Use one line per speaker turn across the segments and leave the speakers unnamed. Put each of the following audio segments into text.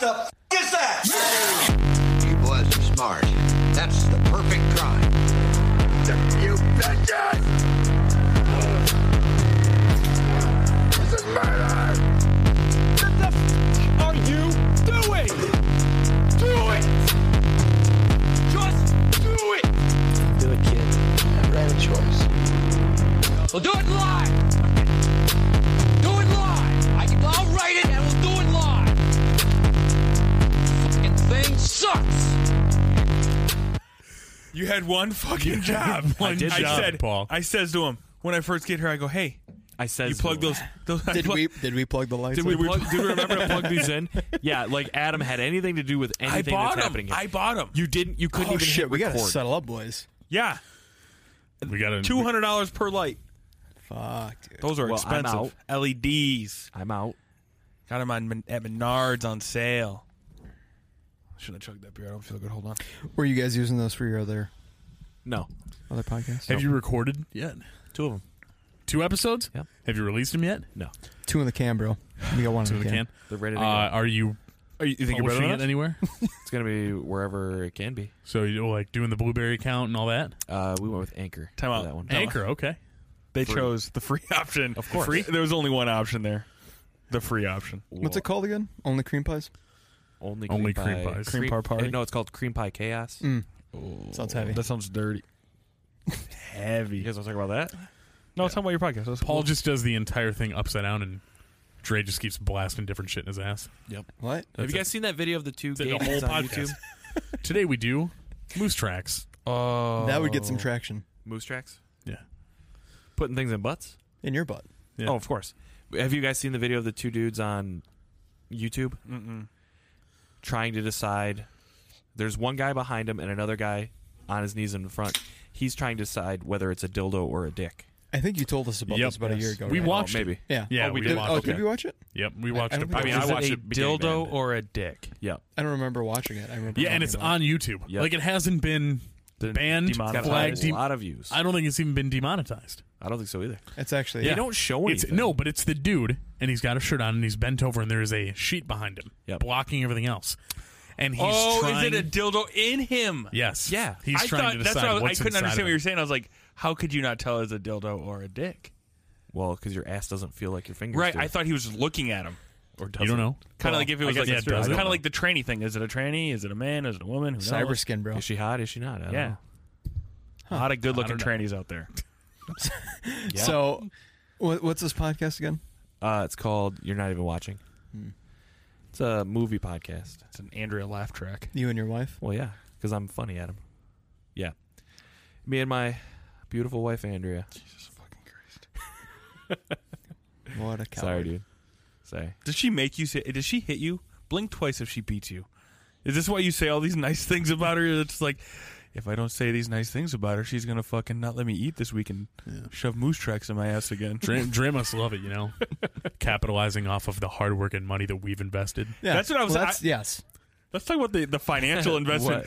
the f- is that?
You boys are smart. That's the perfect crime. You bitches! This is murder!
are you doing? Do it! Just do it!
Do it, kid.
We'll do it live! Do it live! I can, I'll write it and we'll do it live! Fucking thing sucks!
You had one fucking job. One
did job,
said,
Paul.
I says to him when I first get here, I go, "Hey,
I said
you plug those." those I
Did
plug-
we did we plug the lights?
Did we,
on?
plug, did we remember to plug these in? Yeah, like Adam had anything to do with
I
anything that's
bought them.
happening. Here.
I bought them.
you didn't. You couldn't
Oh
even
shit!
hit
We gotta
record.
settle up, boys.
yeah,
We got a
two hundred dollars per light.
Fuck, dude.
Those are
Well, I'm
expensive. LEDs.
I'm out.
E Got them on, Min- at Menards on sale. Shouldn't have chugged that beer. I don't feel good. Hold on.
Were you guys using those for your other
No,
other podcast?
Have you recorded yet?
two of them.
Two episodes?
Yep.
Have you released them yet?
No,
Two in the can, bro. We got one in the
They
can.
can.
they're ready
Uh,
to go.
are you?
Are you, you think
Publishing
you're better
it
than us?
anywhere?
It's gonna be wherever it can be.
so you're like doing the blueberry count and all that.
Uh, we went with Anchor.
Time
for
out.
That one.
Time-
Anchor, okay.
They chose the free option. Of course. Free? There was only one option there. The free option.
What's it called again? Only cream pies.
Only
Only
cream
cream
pie.
pies.
Cream pie party?
No, it's called cream pie chaos.
Sounds heavy.
That sounds dirty.
You
Heavy.
guys want to talk about that?
No, tell me about your podcast. That's
Paul
cool.
just does the entire thing upside down, and Dre just keeps blasting different shit in his ass.
What?
Have you guys seen that video of the two
The
gay
whole
dudes on
podcast.
YouTube?
Today we do moose tracks.
Oh.
That would get some traction
Moose tracks.
Yeah.
Putting things in butts.
in your butt.
Yeah.
Oh, of course. Have you guys seen the video of the two dudes on YouTube
Mm-mm.
trying to decide? There's one guy behind him and another guy on his knees in front. He's trying to decide whether it's a dildo or a dick.
I think you told us about
Yep.
this about a year ago.
We
right?
watched
maybe.
it.
Yeah.
Yeah,
Oh, we
we
Did,
did
did
watch
oh,
it.
watch
did
it.
we watch it?
Yep, we
I-
watched
I
it.
don't think
I mean,
it
I
was
watched
a
it. beginning to
dildo
end.
or a dick?
Yeah.
I don't remember watching it. I remember.
yeah, and it's
talking
on YouTube.
Yep.
Like it hasn't been
They're
banned,
demonetized.
flagged.
a
de-
lot of views.
I don't think it's even been demonetized.
I don't think so either.
about it. It's actually.
They
Yeah.
don't show
It's,
anything.
no, but it's the dude, and he's got a shirt on, and he's bent over, and there is a sheet behind him,
Yep.
blocking everything else. And he's
oh,
trying.
is it a dildo in him?
yes.
Yeah.
He's
I
trying
thought
to decide
that's what I, was- I
what's
couldn't
inside
understand
of
what you
him.
were saying. I was like, how could you not tell it's a dildo or a dick?
Well, because your ass doesn't feel like your fingers.
Right.
do.
I thought he was looking at him.
Or
You don't know.
Kind of
Well,
like if it
I
was
guess
like
that's true. I
kind
don't
of
know.
like the tranny thing. Is it a tranny? Is it a man? Is it a woman? Who
Cyber
knows?
skin, bro.
Is she hot? Is she not? I don't
Yeah.
know.
A lot of good
I
looking
don't
trannies out there.
So, what, what's this podcast again?
Uh, it's called You're Not Even Watching.
Hmm.
It's a movie podcast.
It's an Andrea laugh track.
You and your wife.
Well, yeah, because I'm funny, Adam. Yeah. Me and my beautiful wife, Andrea.
What a coward.
Sorry, dude. Sorry.
Does she make you say? Does she hit you? Blink twice if she beats you. Is this why you say all these nice things about her? It's like, if I don't say these nice things about her, she's gonna fucking not let me eat this week and shove moose tracks in my ass again.
Dre, Dre must love it, you know, capitalizing off of the hard work and money that we've invested.
Yeah.
That's what I was-
Well, that's,
I-
yes.
Let's talk about the, the financial investment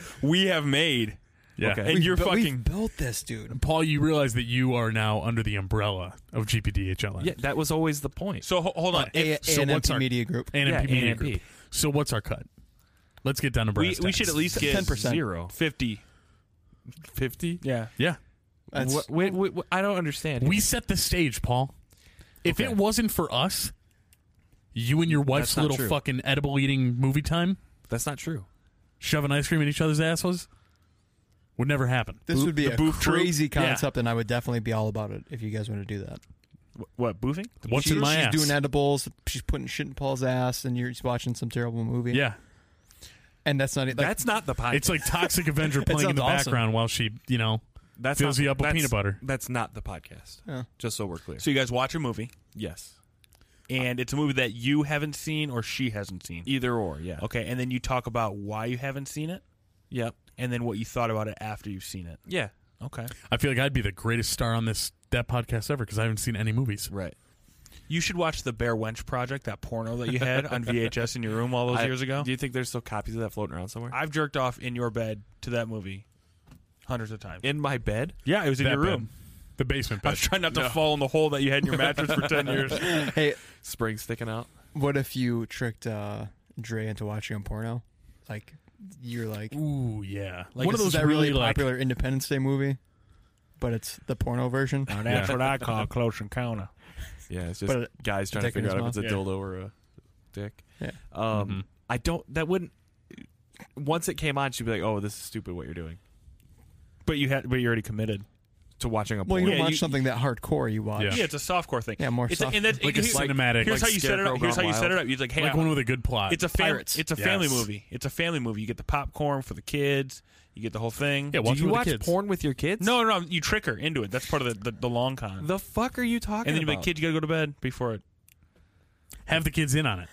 What?
we have made.
Yeah.
Okay.
And
We've
you're
bu- we've
fucking.
built this, dude.
Paul, you realize that you are now under the umbrella of GPDHLN.
Yeah, that was always the point.
So ho- hold on.
A,
If-
Uh, so
and
what's our-
Media Group.
ANP
Yeah,
Media
ANP.
Group. So what's our cut? Let's get down to
we,
brass
we
tacks.
should at least get
10%.
Zero.
fifty.
50?
Yeah.
Yeah.
That's,
Wha- wait, wait, wait, I don't understand.
We set the stage, Paul. If
Okay.
it wasn't for us, you and your wife's
That's not
little
true.
fucking edible eating movie time,
That's not true.
shoving ice cream in each other's assholes, would never happen.
this would be
the
a
boof troop?
crazy
Yeah.
concept, and I would definitely be all about it if you guys want to do that.
Wh- What boofing?
What's
She-
in my
she's
ass?
doing edibles. She's putting shit in Paul's ass, and you're just watching some terrible movie.
yeah.
and that's not it. Like,
That's not the podcast.
It's like Toxic Avenger playing in
sounds
the
awesome.
background while she, you know,
that's
fills
not,
you up with
that's-
peanut butter.
That's not the podcast.
Yeah.
Just so we're clear.
So you guys watch a movie,
yes.
and it's a movie that you haven't seen or she hasn't seen.
Either or, yeah.
Okay, and then you talk about why you haven't seen it,
Yep.
and then what you thought about it after you've seen it.
Yeah.
Okay.
I feel like I'd be the greatest star on this that podcast ever because I haven't seen any movies.
Right.
You should watch the Bear Wench Project, that porno that you had on VHS in your room all those
I-
years ago.
Do you think there's still copies of that floating around somewhere?
I've jerked off in your bed to that movie hundreds of times.
in my bed?
yeah, it was in
That
your
bed.
room.
The basement
I was
bed.
trying not to fall in the hole that you had in your mattress for ten years.
hey,
Spring sticking out?
what if you tricked uh, Dre into watching a porno? Like you're like,
Ooh, yeah. Like
one of
it's
those
that
really,
like-
popular Independence Day movie, but it's the porno version.
Now
that's
what I call close encounter.
Yeah, it's just
uh,
But it-
guys trying to
dick in
figure out
his
if it's a
mouth. Yeah.
dildo or a dick.
Yeah.
Um,
Mm-hmm.
Mhm.
I don't. That wouldn't. Once it came on, she'd be like, "Oh, this is stupid. What you're doing."
But you had, but you already committed.
To watching a
Well,
porn.
you don't
Yeah,
watch
you-
something that hardcore. You watch.
Yeah.
Yeah, it's a softcore thing.
Yeah, more
it's a-
soft-
and that,
like a
here's-
cinematic.
Here's
like
how you set it
Scarecrow
up. Here's how
gone
you set it
wild.
up. You're like, hey,
like
I-
one with a good plot.
it's a family.
Pirates.
It's a family
Yes.
movie. It's a family movie. You get the popcorn for the kids. You get the whole thing.
Yeah,
Do
watch it
you
with the
watch
kids.
porn with your kids?
No, no, no, you trick her into it. That's part of the the, the long con.
The fuck are you talking?
and then you're like,
about?
kid, you gotta go to bed before it.
Have the kids in on it.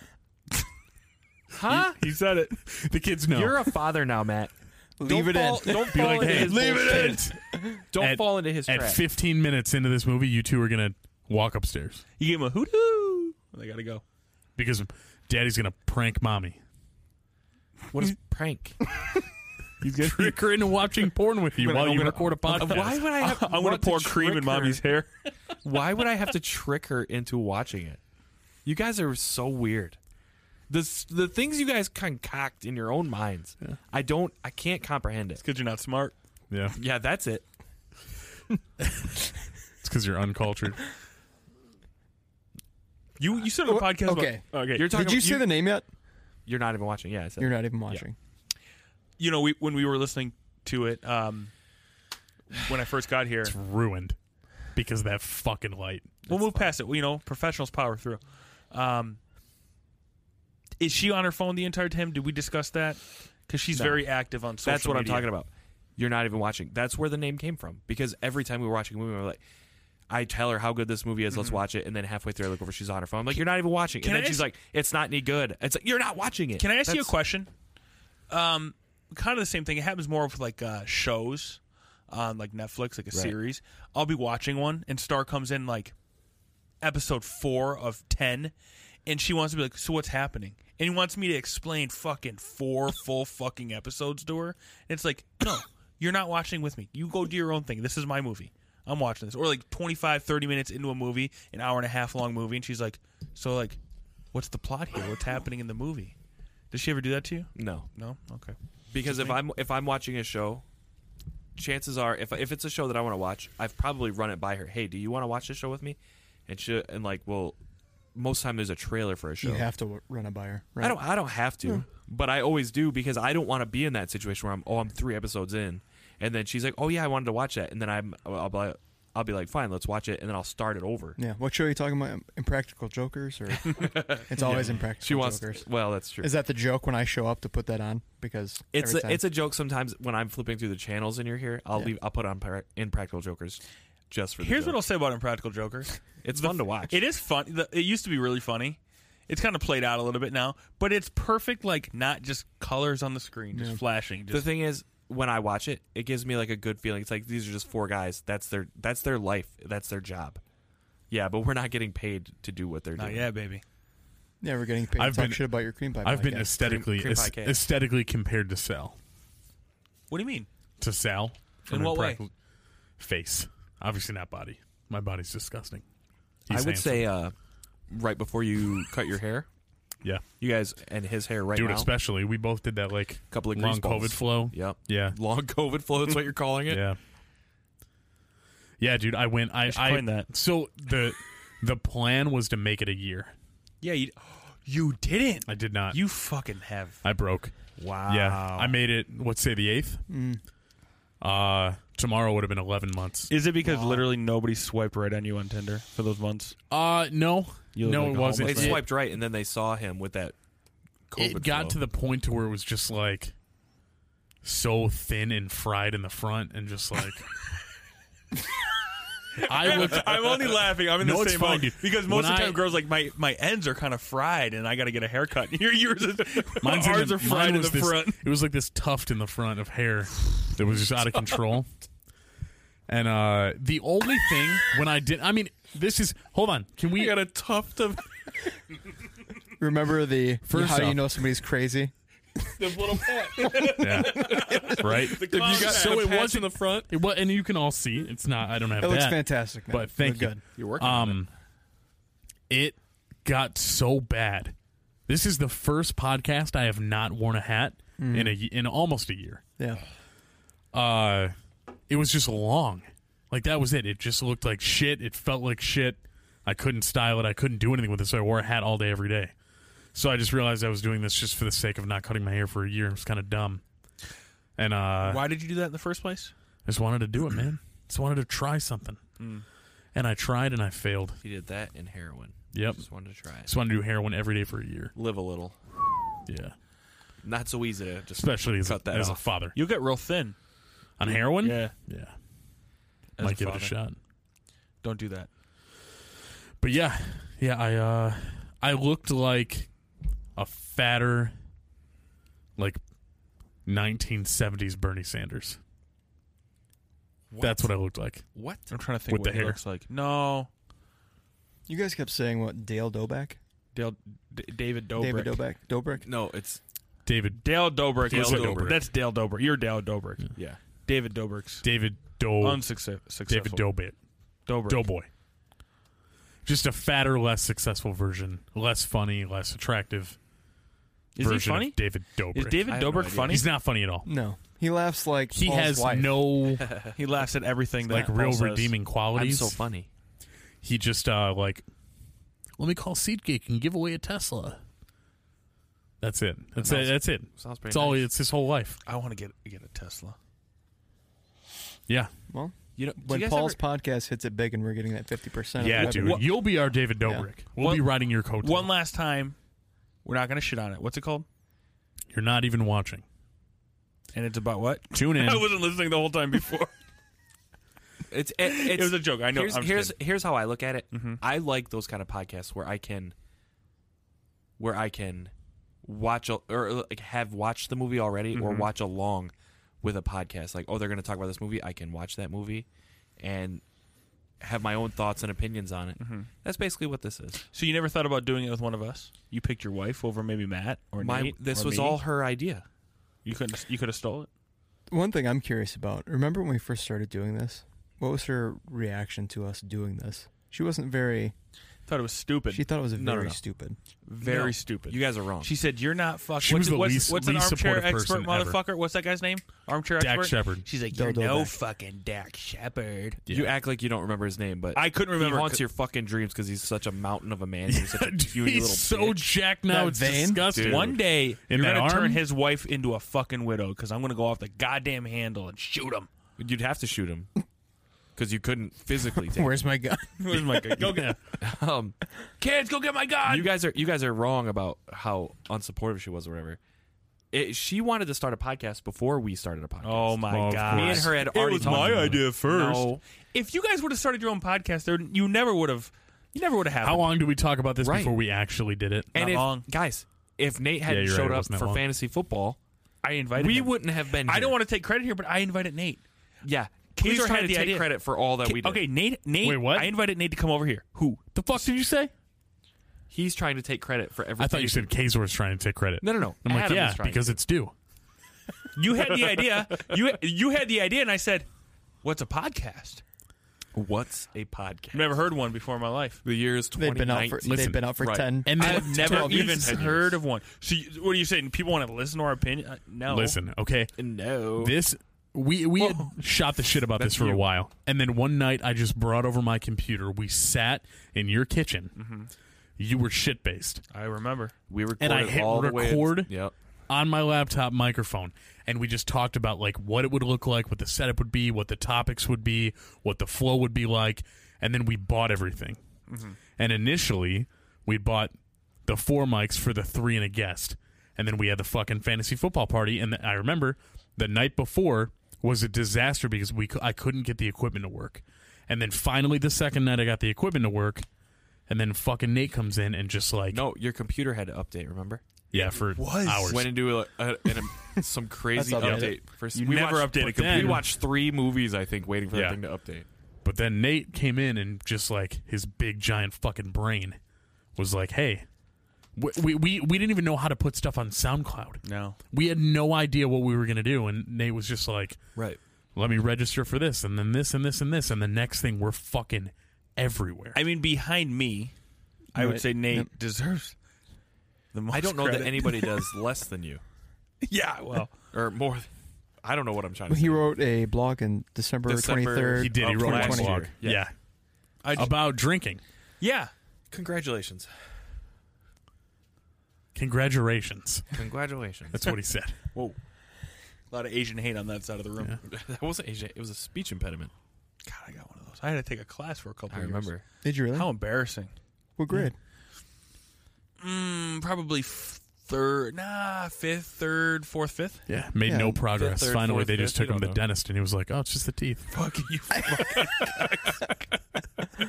huh?
He said it.
The kids know.
You're a father now, Matt.
Leave
don't
it
fall,
in.
Don't
Be
fall
like,
into
hey,
his
leave it in.
bullshit. Don't
At-
fall into his
At
trap.
15 minutes into this movie, you two are gonna walk upstairs
You give him a hoodoo. They gotta go.
because daddy's gonna prank mommy.
what is prank?
He's gonna trick her into watching porn with you
I'm
while
gonna-
you record a podcast.
Why would I? Have,
I'm gonna
want to
pour cream in
trick
mommy's
her?
hair.
Why would I have to trick her into watching it? You guys are so weird. The s- the things you guys concoct in your own minds, I don't, I can't comprehend it.
Because you're not smart.
Yeah,
Yeah, that's it.
it's because you're uncultured.
You you said on the podcast.
okay.
About, okay.
You're talking.
Did you say the name yet?
You're not even watching. Yeah, I said.
You're not even watching.
you know, we, when we were listening to it, um, when I first got here,
It's ruined because of that fucking light.
we'll move past it. You know, professionals power through. Um, is she on her phone the entire time? Did we discuss that? Because she's
No.
very active on social.
That's what
media.
I'm talking about. You're not even watching. That's where the name came from. Because every time we were watching a movie, we were like, I tell her how good this movie is. Let's watch it. And then halfway through, I look over. She's on her phone. I'm like, you're not even watching.
Mm-hmm. Can
and then
I
she's
ask-
like, it's not any good. It's like, you're not watching it.
Can I ask you a
That's-
question? Um, kind of the same thing. It happens more with like uh, shows on like Netflix, like a series. I'll be watching one, and Star comes in like episode four of ten, and she wants to be like, "So what's happening?" And he wants me to explain fucking four full fucking episodes to her. And it's like, no, you're not watching with me. You go do your own thing. This is my movie. I'm watching this. Or like 25, 30 minutes into a movie, an hour and a half long movie, and she's like, so like, what's the plot here? What's happening in the movie? Does she ever do that to you?
No.
No. Okay.
because if I'm if I'm watching a show, chances are if if it's a show that I want to watch, I've probably run it by her. Hey, do you want to watch this show with me? And she and like, well, most time there's a trailer for a show.
You have to w- run a buyer. Right? Hmm.
I don't I don't have to, but I always do because I don't want to be in that situation where I'm oh I'm three episodes in, and then she's like oh yeah I wanted to watch that, and then I'm I'll be like, I'll be like fine let's watch it, and then I'll start it over.
Yeah. What show are you talking about? Impractical Jokers, or it's always Impractical
She wants
Jokers.
well that's true.
Is that the joke when I show up to put that on? Because
It's
every
a,
time-
it's a joke sometimes when I'm flipping through the channels and you're here. I'll leave. I'll put on Pir- Impractical Jokers just for. The
Here's
joke.
what I'll say about Impractical Jokers.
It's fun to watch.
It is fun. The- It used to be really funny. It's kind of played out a little bit now, but it's perfect. Like not just colors on the screen, just flashing.
the
Just
thing is when i watch it it gives me like a good feeling it's like these are just four guys that's their that's their life that's their job yeah but we're not getting paid to do what they're
not
doing
yet, baby.
yeah, we're getting paid
I've
to talk
been-
shit about your cream pie.
I've been
podcast.
aesthetically
Cream- cream pie
aes-
cake.
aesthetically compared to Sal
What do you mean?
to Sal. from
In what way?
Impractical- Face, obviously not body. My body's disgusting.
i
He's
would
handsome.
say uh right before you cut your hair
yeah,
you guys and his hair right
dude.
now
Especially, we both did that like
Couple of
long
grease balls.
COVID flow.
yep
Yeah,
long covid flow that's what you're calling it
Yeah. Yeah, dude, I went. I,
should
I,
coin that.
So the the plan was to make it a year.
Yeah, you, you didn't.
I did not.
You fucking have.
I broke.
wow
Yeah, I made it. What's say the eighth? Uh, tomorrow would have been eleven months.
Is it because literally nobody swiped right on you on Tinder for those months?
Uh, no,
You look
no,
like
it
a
wasn't.
they
It,
swiped right and then they saw him with that
it
covid
got
flow.
to the point to where it was just like so thin and fried in the front, and just like. I looked.
I'm only laughing. I'm in
No,
the
it's
same
fine,
boat
dude.
because most
When
of the time,
I-
girls like my my ends are kind of fried, and I got to get a haircut. Your yours is
Mine's in
ours
the-
are fried
mine
in the
was this-
front.
It was like this tuft in the front of hair that was just out of control. And uh the only thing when I did, I mean, this is. Hold on, can we?
a tuft of
Remember the
First
how
off-
you know somebody's crazy?
Yeah. right. If you
closet.
so it was in the front. It was, and you can all see it's not. I don't have
It
that.
looks fantastic. Man.
But thank
Look
you.
Good.
You're working. Um, it. got so bad This is the first podcast I have not worn a hat
Mm-hmm.
in a y- in almost a year.
Yeah.
Uh, it was just long. Like that was it. It just looked like shit. It felt like shit. I couldn't style it. I couldn't do anything with it. So I wore a hat all day every day. So I just realized I was doing this just for the sake of not cutting my hair for a year. It was kind of dumb. And uh,
Why did you do that in the first place?
I just wanted to do it, man. Just wanted to try something.
Mm.
And I tried and I failed.
He did that and heroin.
Yep.
Just wanted to try it.
Just wanted to do heroin every day for a year.
Live a little.
Yeah.
Not so easy to just
Especially as, a,
Cut that
as a
off.
father.
You'll get real thin.
On heroin?
Yeah.
Yeah.
As
Might
a
give it
father.
a shot.
Don't do that.
But yeah, yeah, I uh I looked like a fatter like 1970s Bernie Sanders. That's what I looked like.
What?
I'm trying to think
With
what
the
he
hair.
looks like. No,
You guys kept saying what Dale Doback,
Dale, D- David Dobrik.
David Doback, Dobrik.
No, it's
David
Dale Dobrik.
Dale
is Dobrik.
Dobrik.
That's Dale Dobrik. You're Dale Dobrik. Yeah. David Dobrik's
David Doe
unsuccessful.
David Dobit.
Dobrik.
Doughboy. Just a fatter, less successful version, less funny, less attractive
Is he
version
funny?
of David Dobrik.
Is David
I have no
Dobrik
idea.
funny?
He's not funny at all.
No, he laughs like
He
Paul's
has
wife.
no
he laughs at everything.
like
that
real
Paul says.
redeeming
I'm
qualities.
so funny.
he just uh like let me call SeatGeek and give away a Tesla. That's it. That's it.
sounds-
That's it.
Sounds pretty.
It's all.
nice.
It's his whole life.
I want to get get a Tesla.
Yeah.
Well,
You know, do you
when
guys
Paul's
ever-
podcast hits it big and we're getting that fifty percent.
Yeah,
of the
dude.
revenue.
You'll be our David Dobrik. We'll
One-
be riding your coat.
One last time, we're not gonna shit on it. What's it called?
You're not even watching.
And it's about what?
Tune in.
I wasn't listening the whole time before.
It's, it, it's,
was a joke. I know.
Here's
I'm just Mm-hmm.
here's, here's how I look at it. I like those kind of podcasts where I can, where I can watch a, or uh, like have watched the movie already or
Mm-hmm.
watch along with a podcast. Like, oh, they're going to talk about this movie. I can watch that movie, and have my own thoughts and opinions on it.
Mm-hmm.
That's basically what this is.
so you never thought about doing it with one of us? You picked your wife over maybe Matt or
My
Nate
this
or
was
me?
all her idea.
You couldn't. You could have stole it.
One thing I'm curious about. Remember when we first started doing this? What was her reaction to us doing this? She wasn't very.
Thought it was stupid.
She thought it was
No, no,
very
no.
stupid.
Very
No.
stupid.
You guys are wrong.
she said, "You're not fucking."
She
what's,
was the
what's-
least-
what's
least
an armchair
supportive
expert
person ever.
motherfucker? What's that guy's name? Armchair
Dak
expert.
Shepard.
She's like,
Del
"You're
Del
no
Dak.
fucking Dak Shepard."
you act like you don't remember his name, but
I couldn't remember
He haunts
c-
your fucking dreams because he's such a mountain of a man. He's such a puny little
He's so
bitch.
jacked now.
That
it's
vein?
disgusting.
Dude.
One day,
In
you're
that
gonna
arm?
turn his wife into a fucking widow because I'm gonna go off the goddamn handle and shoot him.
You'd have to shoot him because you couldn't physically take.
Where's my gun?
Where's my gun? Go get
him. Um,
kids. Go get my gun.
you guys are you guys are wrong about how unsupportive she was or whatever. It, she wanted to start a podcast before we started a podcast.
Oh my
Well, of
god!
Me and her had already talked about it.
No.
No.
If you guys would have started your own podcast, there you never would have. You never would have happened.
How long did we talk about this
Right.
before we actually did it?
And
Not
if,
long.
guys, if Nate
Yeah,
hadn't
you're right,
showed
it
up
wasn't that
for
long.
fantasy football,
I invited.
we
him.
wouldn't have been. Here.
I don't want to take credit here, but I invited Nate.
Yeah,
Kaiser
please try
had
to
the
take
idea.
credit for all that we did.
Okay, Nate. Nate.
Wait, what?
I invited Nate to come over here. Who?
The fuck did you say?
he's trying to take credit for everything.
I thought you said Kazor's trying to take credit.
No, no, no.
I'm like,
Adam
yeah,
is trying
because
to.
it's due.
You had the idea. You you had the idea, and I said, "What's a podcast?
what's a podcast?
I've never heard one before in my life.
the year is
They've been out for.
2019.
they've been out for
right.
ten.
And then
I've never
12
even
years.
heard of one. So you, what are you saying? People want to listen to our opinion? Uh, no.
listen, okay.
No.
this we we had shot the shit about this for a while and then one night i just brought over my computer we sat in your kitchen
Mm-hmm.
you were shit based
I remember.
we recorded
and i hit
all the way.
record
Yep.
on my laptop microphone and we just talked about like what it would look like what the setup would be what the topics would be what the flow would be like and then we bought everything and initially we bought the four mics for the three and a guest and then we had the fucking fantasy football party and i remember the night before was a disaster because we cou- i couldn't get the equipment to work and then finally the second night i got the equipment to work and then fucking Nate comes in and just like
No, your computer had to update. Remember?
yeah for hours
Went into a, a, an- a- some crazy
That's
update.
updated.
For,
You never update a
We
computer.
watched three movies, I think, waiting for
Yeah.
that thing to update.
But then Nate came in and just like his big giant fucking brain was like, "Hey, we we we, we didn't even know how to put stuff on SoundCloud.
No.
We had no idea what we were gonna do." And Nate was just like,
Right.
"Let me register for this, and then this, and this, and this, and the next thing we're fucking everywhere."
I mean, behind me, I would
Right.
say Nate
Yep.
deserves The most
I don't know
credit.
that anybody does less than you
Yeah, well,
or more. th- I don't know what I'm trying to.
He
say.
wrote a blog in December twenty
December-
third.
He did. He
Of
wrote a
last
blog.
year.
Yeah.
Yeah.
About drinking.
yeah.
Congratulations.
Congratulations.
Congratulations.
That's what he said.
Whoa, a lot of Asian hate on that side of the room.
that wasn't Asian. It was a speech impediment.
God, I got one of those. I had to take a class for a couple.
I
years.
remember.
Did you really?
How embarrassing.
What grade?
Mm, probably f- third, nah, fifth, third, fourth, fifth.
Yeah. Made
Yeah.
no progress.
third,
Finally,
fourth,
they just
fifth,
took him
you
to the
don't know.
dentist, and he was like, "Oh, it's just the teeth."
Fuck you.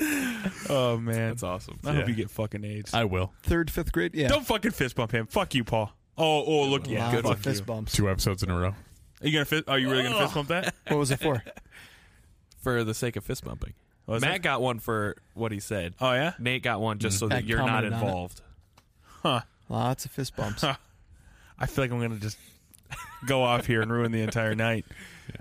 oh man,
That's awesome.
I hope
yeah.
you get fucking AIDS.
I will.
Third, fifth grade? Yeah.
Don't fucking fist bump him. Fuck you, Paul. Oh, oh, look, yeah,
Lots
good
of
fuck
fist
you.
bumps.
Two episodes in a row.
Are you gonna fist? Are you really gonna fist bump that?
What was it for?
For the sake of fist bumping,
Was
Matt
it?
got one for what he said.
Oh Mm-hmm. yeah.
Nate got one just so that
Matt
you're not
commented on it.
involved.
Lots of fist bumps.
I feel like I'm gonna just go off here and ruin the entire night.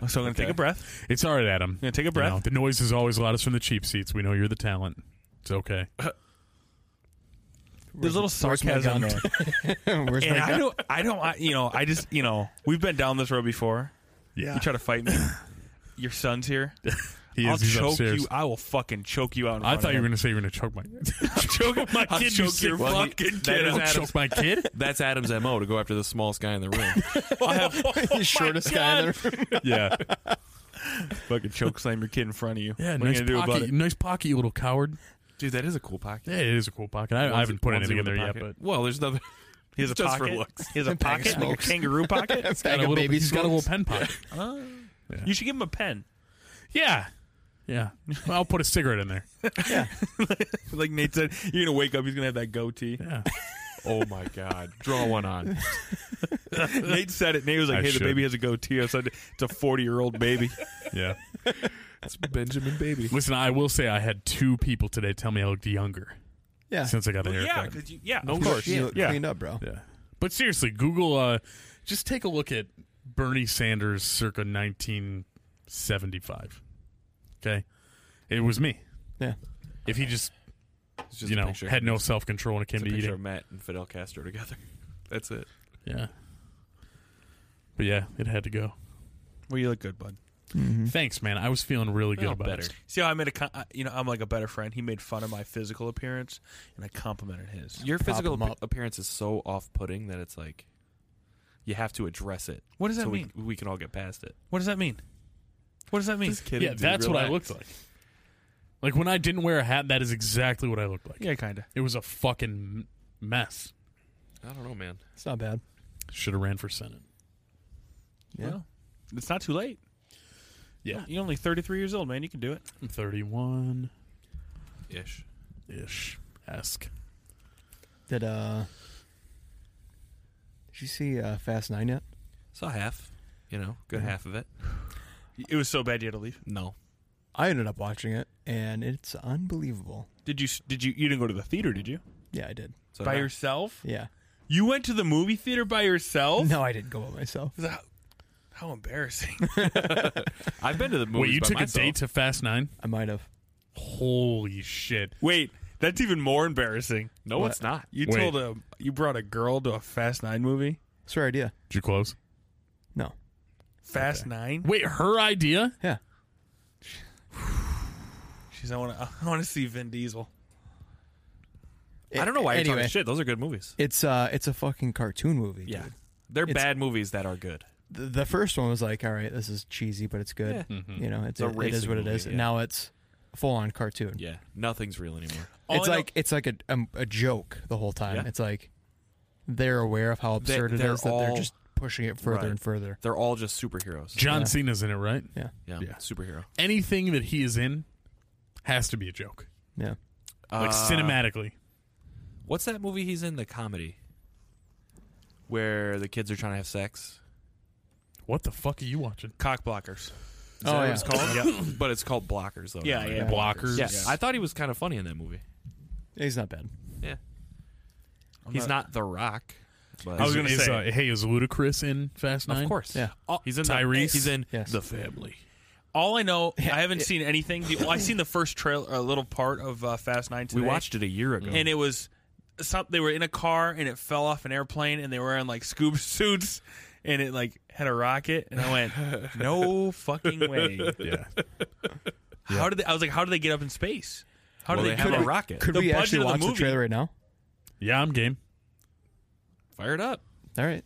So I'm gonna take a breath.
It's all right, Adam.
Yeah, take a
You
breath.
know, the noise is always loudest from the cheap seats. We know you're the talent. It's okay.
There's a little
Where's my
sarcasm.
gun?
going.
Where's
And
my
I
gun?
don't, I don't, I, you know, I just, you know, we've been down this road before.
Yeah.
You try to fight me. Your son's here.
He is.
I'll
he's
choke
upstairs.
you. I will fucking choke you out. In
I
front
thought
of
you were
him.
going to say you were going to choke my choke my
I'll
kid. you
choke your
sick fuck.
fucking
that
kid.
is
out.
Adam's-
choke my kid.
That's Adam's mo to go after the smallest guy in the room.
I have
the shortest guy in the room.
yeah. fucking choke slam your kid in front of you.
Yeah,
what
nice
are you gonna
pocket,
do about it?
nice pocket, you little coward.
Dude, that is a cool pocket.
Yeah, it is a cool pocket. I, I
Onesie-
haven't put
onesie
anything in
with
there
a
yet, but
pocket. well, there's nothing.
He has a
Just for
pocket.
looks.
He has a
And pack of
pocket, like a
smokes.
kangaroo pocket.
got
Bag
a
of
little,
baby
he's got a little
smokes.
pen pocket.
You should give him a pen,
yeah, yeah. Well, I'll put a cigarette in there.
like Nate said. You're gonna wake up. He's gonna have that goatee.
Yeah,
Oh my god, draw one on.
Nate said it. Nate was like,
I
"Hey,
should.
the baby has a goatee." I said, "It's a 40 year old baby."
yeah.
It's Benjamin Baby.
Listen, I will say I had two people today tell me I looked younger
Yeah.
since I got the
yeah,
haircut.
because you, yeah,
No
of course.
shit.
You look
Yeah.
cleaned up, bro.
Yeah. But seriously, Google uh just take a look at Bernie Sanders circa 1975. Okay? It was me.
Yeah.
If he just,
It's just
you
a
know,
picture.
had no self-control when it came
It's a
to
picture of
eating.
Matt and Fidel Castro together. That's it.
Yeah. But yeah, it had to go.
Well, you look good, bud.
Thanks, man. I was feeling really good
Feel
about
Oh, better.
it.
See how I made a, con- I- you know, I'm like a better friend. He made fun of my physical appearance, and I complimented his.
Your physical
him
ap-
up.
appearance is so off-putting that it's like you have to address it.
What does that
so
mean?
We, we can all get past it.
What does that mean? What does that mean?
yeah, that's what I looked like. Like when I didn't wear a hat, that is exactly what I looked like.
Yeah, kind of.
It was a fucking m- mess.
I don't know, man.
It's not bad.
Should have ran for senate.
Yeah.
Well, it's not too late.
Yeah.
You're only 33 years old, man. You can do it.
I'm 31
Ish.
ish esque.
Did uh Did you see uh, Fast Nine yet?
Saw half. You know, good half of it.
It was so bad you had to leave.
No.
I ended up watching it and it's unbelievable.
Did you? Did you? You didn't go to the theater, did you?
Yeah, I did.
So
by
no.
yourself?
Yeah.
You went to the movie theater by
Oh.
yourself?
No, I didn't go by myself.
How, how embarrassing!
I've been to the movies.
Wait, you
by
took
myself.
a date to Fast Nine?
I might have.
Holy shit!
Wait, that's even more embarrassing.
No,
What?
it's not.
You
Wait.
told a you brought a girl to a Fast Nine movie.
It's her idea.
Did you close?
No.
Fast Nine.
Wait, her idea?
Yeah.
She's I want to I want to see Vin Diesel.
I don't know why you're
anyway,
talking shit. Those are good movies.
It's uh it's a fucking cartoon movie.
Yeah.
dude.
They're
It's-
bad movies that are good.
The, the first one was like, all right, this is cheesy, but it's good. You know, it's
Mm-hmm. It's a
it is
racing
what it
movie,
is.
yeah.
Now it's full on cartoon.
Yeah. Nothing's real anymore.
All
it's
I know-
like it's like a um, a joke the whole time.
Yeah.
It's like they're aware of how absurd it
they're
is that they're
all-
just pushing it further
Right.
and further.
They're all just superheroes.
John Cena's in it, right?
Yeah,
yeah,
Yeah.
Superhero.
Anything that he is in has to be a joke,
yeah.
like
Uh,
cinematically.
What's that movie he's in? The comedy where the kids are trying to have sex.
What the fuck are you watching?
cock blockers.
Is
Oh,
that what
yeah.
it's called? yeah. But it's called Blockers, though.
Yeah,
right?
yeah.
Blockers.
Yeah, I thought he was kind of funny in that movie.
He's not bad.
Yeah. he's not, The Rock. But
I was gonna
is,
say-
uh, hey, is Ludacris in Fast Nine?
of course.
Yeah.
He's in
Tyrese?
The, he's in
Yes.
The Family.
All I know, I haven't seen anything. The, well, I seen the first trail, a little part of uh, Fast Nine.
We
Today,
watched it a year ago.
and it was some, they were in a car and it fell off an airplane and they were in like scuba suits and it like had a rocket and I went, no fucking way.
Yeah.
How did they, I was like, how did they get up in space? How
Well,
did
they
they,
have
get
a
up?
rocket.
Could
The
we
budget
actually
of the
watch the
movie-
trailer right now?
Yeah, I'm game.
Fire it up.
All right.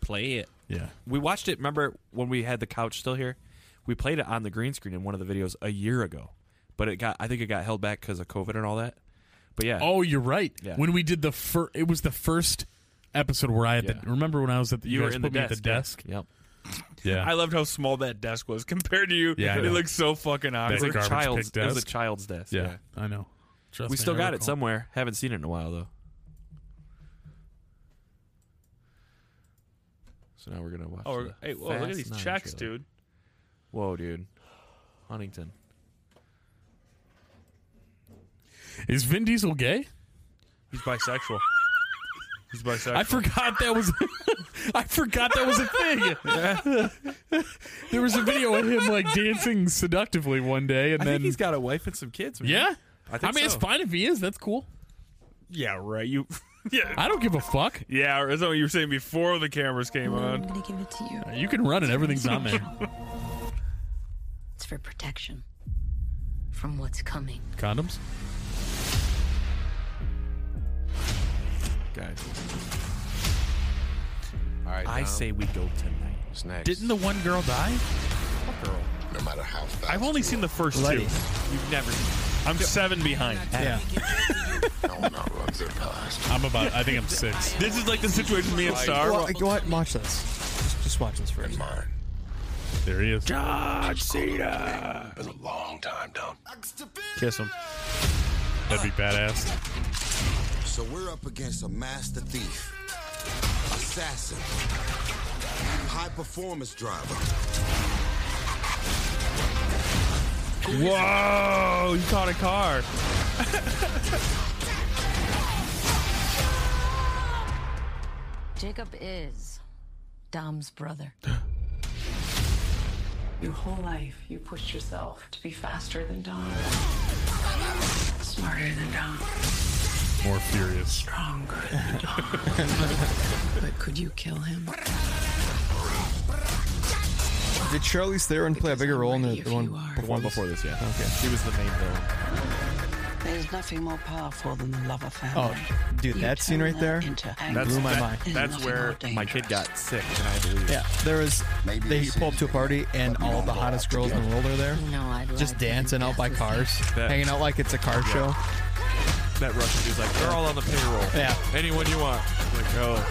Play it.
Yeah.
We watched it. Remember when we had the couch still here? We played it on the green screen in one of the videos a year ago, but it got. I think it got held back because of COVID and all that. But yeah,
Oh, you're right.
Yeah.
When we did the first, it was the first episode where I had the,
Yeah.
remember when I was at the, you,
you were
guys
in the
put me
desk.
at the desk.
Yep.
Yeah.
I loved how small that desk was compared to you.
Yeah, I
it
know.
looked so fucking
It was,
awkward.
That's
a
garbage
child's,
pick
it was a
desk.
child's desk.
yeah. I know. Trust
We
me,
still
I
got it
recall.
somewhere. Haven't seen it in a while though. So now we're gonna watch.
Oh,
the
hey, whoa, look at
Fast
these
Nine
checks,
trailer.
dude.
Whoa, dude. Huntington.
Is Vin Diesel gay?
He's bisexual. He's bisexual.
I forgot that was. I forgot that was a thing. there was a video of him like dancing seductively one day, and
I
then
think he's got a wife and some kids. Man.
yeah. I,
think
mean, it's
so.
fine if he is. That's cool.
yeah, right. You. yeah.
I don't give a fuck.
Yeah, or is that what you were saying before the cameras came
I'm
on?
gonna give it to you.
You can run it. Everything's on there.
It's for protection from what's coming.
Condoms.
guys.
All right,
I
Dom,
say we go tonight.
what's next?
Didn't the one girl die?
no matter how fast.
I've only seen the first two.
Letty.
You've never. I'm seven behind.
Yeah.
no one outruns their past.
I'm about. I think I'm six.
This is like the situation me and Star.
Go, go ahead and watch this. Just, just watch this first.
Mine.
There he is.
John Cena.
Been a long time, Dom.
Kiss him.
That'd be badass.
So we're up against a master thief, assassin, high performance driver.
Whoa! He caught a car.
Jacob is Dom's brother.
Your whole life, you pushed yourself to be faster than Don, smarter than Don,
More furious.
stronger than Don. but could you kill him?
Did Charlize Theron play a bigger role in the,
If
the one
you are.
before
One
this?
before this, yeah. Okay. She was the main villain.
There's nothing more powerful than the love of family.
Oh, dude,
You
that scene
turn
right there
that into anger.
blew my mind.
There's
That's
nothing
where
more
My
dangerous.
kid got sick, and I believe.
Yeah, there was.
Maybe
They
this
pull up
is
to a party, and all the hottest girls in the world are there,
You know I'd
just
like to
dancing
do
out by
death
cars,
That-
hanging out like it's a car show.
That Russian dude's like, they're all on the payroll.
Yeah.
Anyone you want. Like, oh.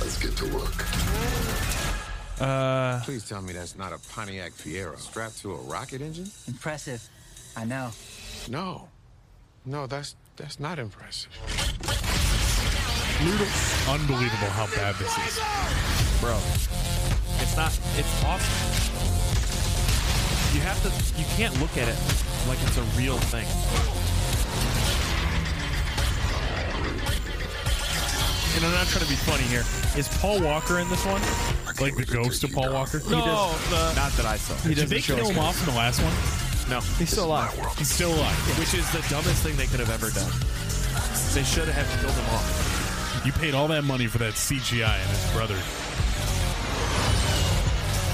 Let's get to work.
Uh,
Please tell me that's not a Pontiac Fiero strapped to a rocket engine?
Impressive. I know.
No. No, that's that's not impressive.
Unbelievable how bad this is.
Bro. It's not, it's awesome. You have to, you can't look at it like it's a real thing.
and I'm not trying to be funny here. Is Paul Walker in this one?
Like the ghost of Paul Walker.
Oh,
No, the-
Not that I saw.
He
Did
doesn't
they
show
kill
us.
him off in the last one?
No.
He's still alive.
He's still alive.
Which is the dumbest thing they could have ever done. They should have killed him off.
You paid all that money for that CGI and his brother.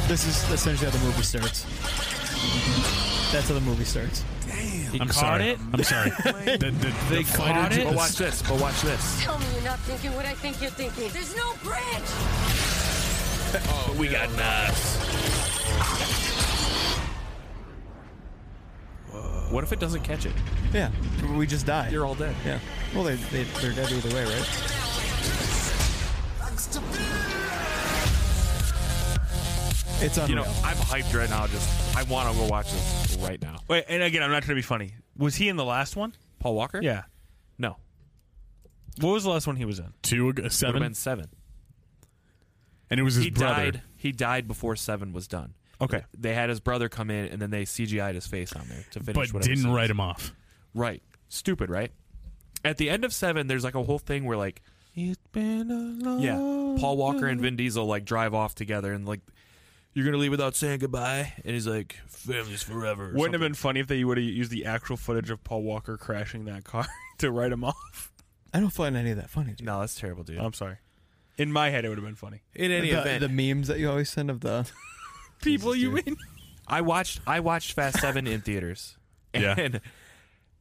This is essentially how the movie starts. That's how the movie starts.
He
I'm
caught
sorry.
it.
I'm sorry. The- the- the
They
fighter
caught
j-
it?
But watch this. But watch this.
Tell me you're not thinking what I think you're thinking. There's no bridge!
we got knives.
What if it doesn't catch it?
Yeah, we just die.
You're all dead.
Yeah. Well, they, they they're dead either way, right? It's unreal.
You know, I'm hyped right now. Just, I want to go watch this right now.
Wait, and again, I'm not trying to be funny. Was he in the last one?
Paul Walker?
Yeah.
No.
What was the last one he was in?
two ag-
Would have
seven,
been seven.
and it was his
he
brother.
died. He died before Seven was done.
Okay.
They had his brother come in, and then they CGI'd his face on there to finish.
but
whatever
didn't
scene.
write him off.
Right. Stupid. Right. At the end of Seven, there's like a whole thing where like
It's been a long
yeah, Paul Walker and Vin Diesel like drive off together, and like you're gonna leave without saying goodbye, and he's like, "Families forever." or
Wouldn't have been funny if they would have used the actual footage of Paul Walker crashing that car to write him off.
I don't find any of that funny. Dude.
No, that's terrible, dude.
I'm sorry. In my head, it would have been funny.
In any
the,
event-
the memes that you always send of the
people you mean?
I watched I watched Fast Seven in theaters.
Yeah.
And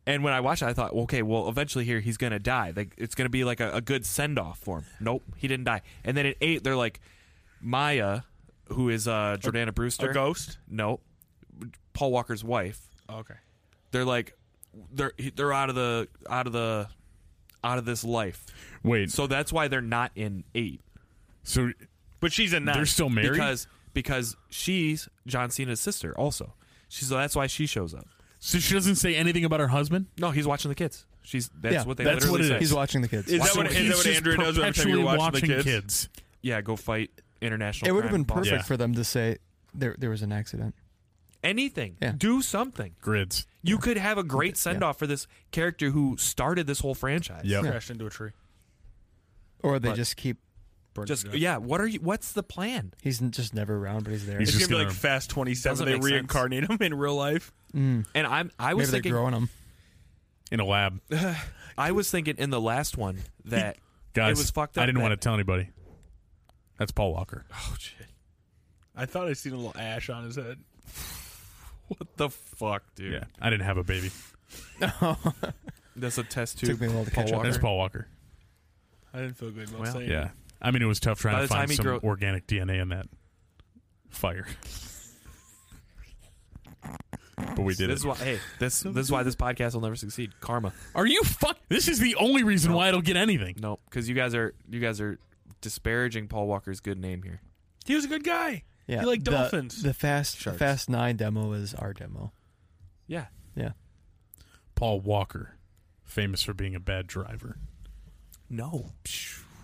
and when I watched it, I thought, okay, well, eventually here he's gonna die. Like it's gonna be like a, a good send off for him. Nope, he didn't die. And then at eight, they're like Maya, who is uh, Jordana Brewster,
a ghost? Oh,
No, Paul Walker's wife.
Okay.
They're like they're he- they're out of the out of the out of this life.
Wait.
So that's why they're not in eight.
So
But she's a nine.
They're still married?
because because she's John Cena's sister. Also, she's so that's why she shows up.
So she doesn't say anything about her husband.
No, he's watching the kids. She's that's
Yeah,
what they
that's
literally
what it
say.
is.
He's watching the kids.
Is that
So
what- is
he's
that what
just
Andrew does every time
perpetually
you're watching
watching
the
kids?
Yeah, go fight international.
It would have
crime
been
bosses.
perfect
Yeah.
for them to say there there was an accident.
Anything.
Yeah.
Do something.
Grids.
You could have a great send off for this character who started this whole franchise.
Yep.
Crashed into a tree.
Or they
But-
just keep
Burned
Just
to death.
yeah. What are you? What's the plan?
he's n- just never around, but he's there.
He's
It's
just
gonna be like
gonna-
Fast Twenty Seven.
Doesn't
They
make sense.
reincarnate him in real life.
And I'm. I
Maybe
was
they're
thinking.
growing him.
in a lab.
I was thinking in the last one that
Guys,
it was fucked up.
I didn't
that-
want to tell anybody. That's Paul Walker.
Oh shit!
I thought I seen a little ash on his head.
What the fuck, dude?
Yeah, I didn't have a baby.
That's a test tube.
Took me a while to
Paul
catch up.
Walker.
That's Paul Walker.
I didn't feel good about
Well,
saying.
Yeah, I mean it was tough
By
trying to
the time
find
he
some
grow-
organic DNA in that fire. But we did
This is
it.
why. Hey, this this is why this podcast will never succeed. Karma.
Are you fuck? This is the only reason why it'll get anything.
No, because you guys are you guys are disparaging Paul Walker's good name here.
He was a good guy.
Yeah,
He liked
the-
dolphins.
The fast
Sharks.
fast nine demo is our demo.
Yeah.
Yeah,
Paul Walker, famous for being a bad driver.
No.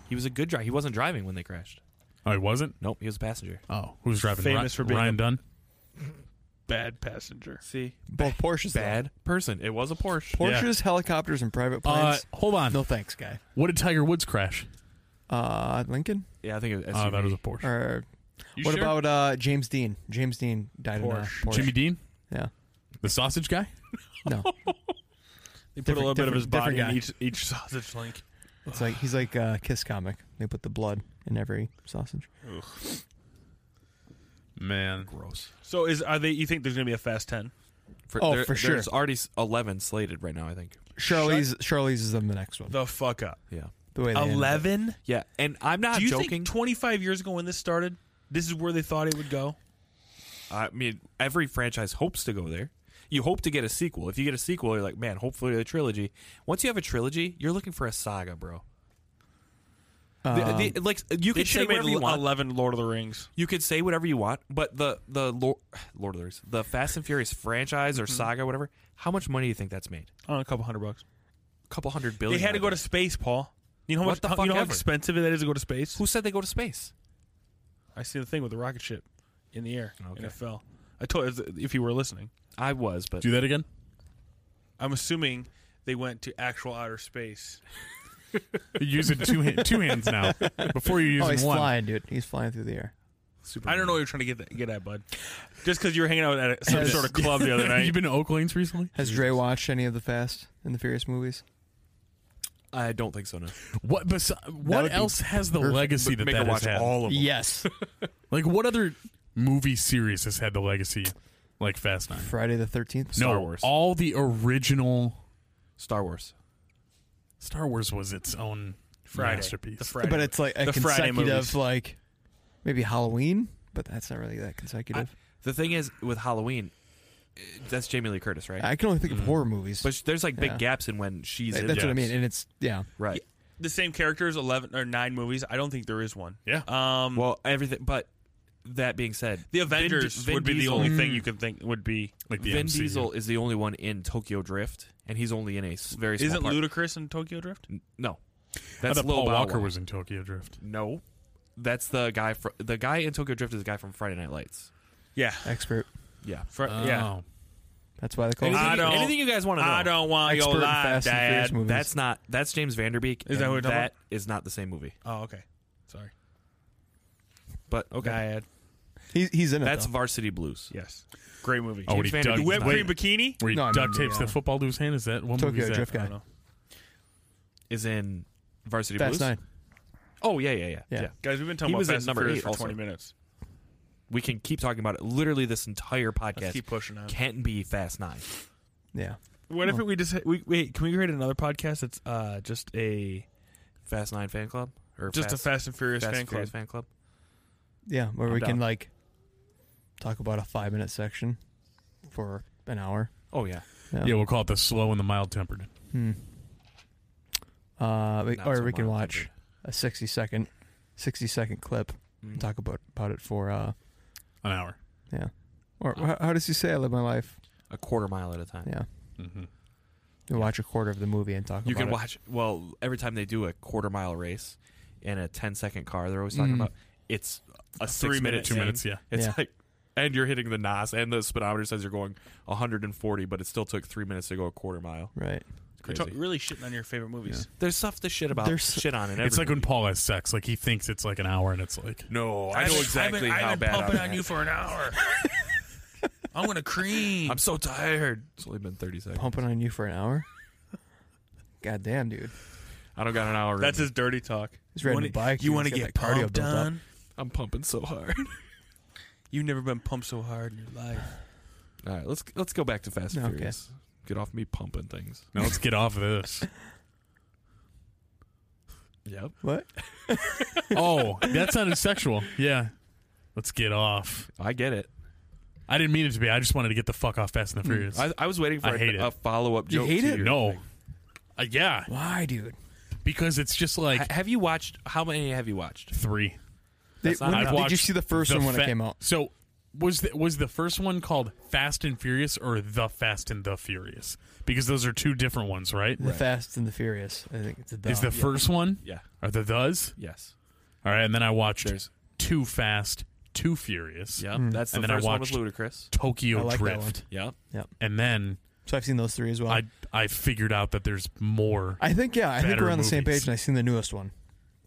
He was a good driver. He wasn't driving when they crashed.
Oh, he wasn't.
Nope, he was a passenger.
Oh, who was driving?
Famous
Ri-
for being
Ryan
a-
Dunn.
Bad passenger.
See,
both Porsches. though.
bad person. It was a Porsche.
Porsches, helicopters, and private
Uh,
planes.
hold on.
no thanks, guy.
What did Tiger Woods crash?
Uh, Lincoln.
yeah, I think it Ah, was.
Oh,
SUV.
that was a Porsche.
Or what
sure?
about uh, James Dean? James Dean died in a
Porsche.
Porsche.
Jimmy Dean,
Yeah.
the sausage guy.
No,
They put a little bit
different-
of his body
different
in
guy.
each each sausage link.
it's like he's like a Kiss comic. They put the blood in every sausage.
Man,
gross.
So is are they? You think there's gonna be a Fast Ten?
For,
Oh,
there-
for sure.
There's already s- eleven slated right now. I think.
Charlie's Charlie's is the next one.
The fuck up.
Yeah.
The way they ended it.
Eleven.
Yeah, and I'm not
Do you
joking.
think 25 years ago when this started, this is where they thought it would go?
I mean, every franchise hopes to go there. You hope to get a sequel. If you get a sequel, you're like, man, hopefully a trilogy. Once you have a trilogy, you're looking for a saga, bro. The- the- like you could
They
say
should have
whatever
made
you want.
11 Lord of the Rings.
You could say whatever you want, but the the Lord, Lord of the Rings, the Fast and Furious franchise or saga, whatever. How much money do you think that's made?
On a couple hundred bucks.
A couple hundred
They
billion.
had
I
to go to
think.
space, Paul. You know how
What
much
the
how-
fuck
you know how
ever.
expensive it is to go to space?
Who said they go to space?
I see the thing with the rocket ship in the air
Okay.
and it fell. I told if you were listening.
I was, but
do that again.
I'm assuming they went to actual outer space.
You're using two ha- two hands now. Before you're
Oh,
using
he's
one.
flying, dude. He's flying through the air.
Superman.
I don't know what you're trying to get that, get at, bud. Just because you were hanging out at a- some
Has-
sort of club the other
you
night.
been to Oak Lanes recently?
Has Dre watched any of the Fast and the Furious movies?
I don't think so. No.
What besi-
would
What
be
else has the
perfect.
legacy that
Make
that
her
has
watch
had?
all of them.
Yes.
like what other movie series has had the legacy like Fast Nine?
Friday the Thirteenth.
no,
Star Wars.
all the original
Star Wars.
Star Wars was its own
Friday.
masterpiece.
The Friday.
But it's like a
The Friday
consecutive,
movies.
like maybe Halloween, but that's not really that consecutive.
The thing is with Halloween, eh, that's Jamie Lee Curtis, right?
I, can only think
Mm-hmm.
of horror movies.
but sh- there's like big
Yeah.
gaps in when she's
Like,
in.
that's what I
this.
mean, and it's yeah.
Right.
the same characters, 11 or 9 movies. I don't think there is one.
Yeah.
Um,
Well, everything. But that being said,
the
Vin Di-
Avengers
Vin
would be
Diesel-
the only thing you could think would be
like the
Vin
MCU.
Diesel is the only one in Tokyo Drift, and he's only in a s- very small
Isn't
part.
Ludacris in Tokyo Drift?
No,
I
that's
thought
Lil
Paul
Bow
Walker
Wow.
was in Tokyo Drift.
No, that's the guy. Fr- the guy in Tokyo Drift is the guy from Friday Night Lights.
Yeah.
Expert.
Yeah.
Fr- Uh, yeah.
Oh.
That's why they call it.
Anything,
I
you-
don't-
anything you guys want to know?
I don't want
Expert
your
in
life,
Fast and Furious
Dad.
movies.
That's not. That's James Vanderbeek.
Is that
and
what we're talking
that is not the same movie.
Oh, okay. Sorry.
But okay.
Dad.
He's, he's in it.
That's
though.
Varsity Blues.
Yes. Great movie.
Oh, when he duct-
Whipped cream
wait.
bikini?
Where he
No, I
duct
remember,
tapes the
yeah.
football to his hand? Is that one
Tokyo
movie? is that?
Drift
I don't
guy.
know.
Is in Varsity
Fast
Blues.
Nine.
Oh yeah, yeah, yeah,
Yeah.
Guys, we've been
He
talking
was
about
at
Fast and
number
Furious
eight
for
also.
20 minutes.
We can keep talking about it. Literally, this entire podcast
keep pushing on.
can't be Fast Nine.
Yeah.
What if we just we wait? Can we create another podcast that's uh, just a
Fast Nine fan club or
just a Fast and Furious
Fast
fan
and
club?
Furious fan club?
Yeah, where
I'm
we
down.
can like talk about a five minute section for an hour.
Oh yeah,
Yeah.
Yeah, we'll call it the slow and the mild tempered.
Hmm. Uh, we,
Not
or
so
we can
mild
watch
tempered.
a sixty second, sixty second clip
Hmm.
and talk about about it for uh,
An hour.
yeah. Or how, how does he say I live my life?
a quarter mile at a time.
Yeah,
Mm-hmm.
we watch a quarter of the movie and talk.
You
about
can
it.
watch. Well, every time they do a quarter mile race in a 10 second car, they're always talking
Mm.
about it's a,
Three
six minute,
minutes, two
thing.
minutes. Yeah.
It's
Yeah.
like, and you're hitting the NOS, and the speedometer says you're going 140, but it still took three minutes to go a quarter mile.
right.
It's
We're
crazy.
talk- really shitting on your favorite movies.
There's stuff to shit about
There's-
shit on it.
It's like when Paul has sex. Like he thinks it's like an hour, and it's like
no, I know exactly
I've been,
how
I've been
bad
pumping
I'm,
on you for an hour. I'm gonna cream.
I'm so tired. It's only been 30 seconds.
Pumping on you for an hour. God damn, dude.
I don't got an hour.
That's
in me.
his dirty talk.
He's riding
Wanna-
a bike,
You
dude,
want to
he's
get
got that cardio
pumped
built up.
on?
I'm pumping so hard.
You've never been pumped so hard in your life.
All right, let's let's go back to Fast and
Okay.
Furious. Get off me pumping things.
now let's get off of this.
Yep.
What?
Oh, that sounded sexual. Yeah. Let's get off.
I get it.
I didn't mean it to be. I just wanted to get the fuck off Fast and
Hmm.
the Furious.
I, I was waiting for
I hate it.
a, follow up
You
joke.
hate
to
it?
your
no. Uh, yeah,
Why, dude?
because it's just like
Ha- have you watched? How many have you watched?
three.
They,
That's not
when-
how it
I've
did you
watched
see the first
the
one when
fa-
it came out?
So was the, was the first one called Fast and Furious or The Fast and the Furious? Because those are two different ones, right?
The Fast and the Furious. I think it's a
Is the first one?
Yeah.
Are the thes?
Yes.
All right, and then I watched
There's-
Too Fast, Too Furious,
Yep.
Hmm.
That's the
And then I
first one with
watched-
Ludacris.
Tokyo
I like that
Drift,
Yep.
and then
So I've seen those three as well.
I
I,
I figured out that there's more.
think yeah, I think
better
we're on the same
movies.
page, and I've seen the newest one.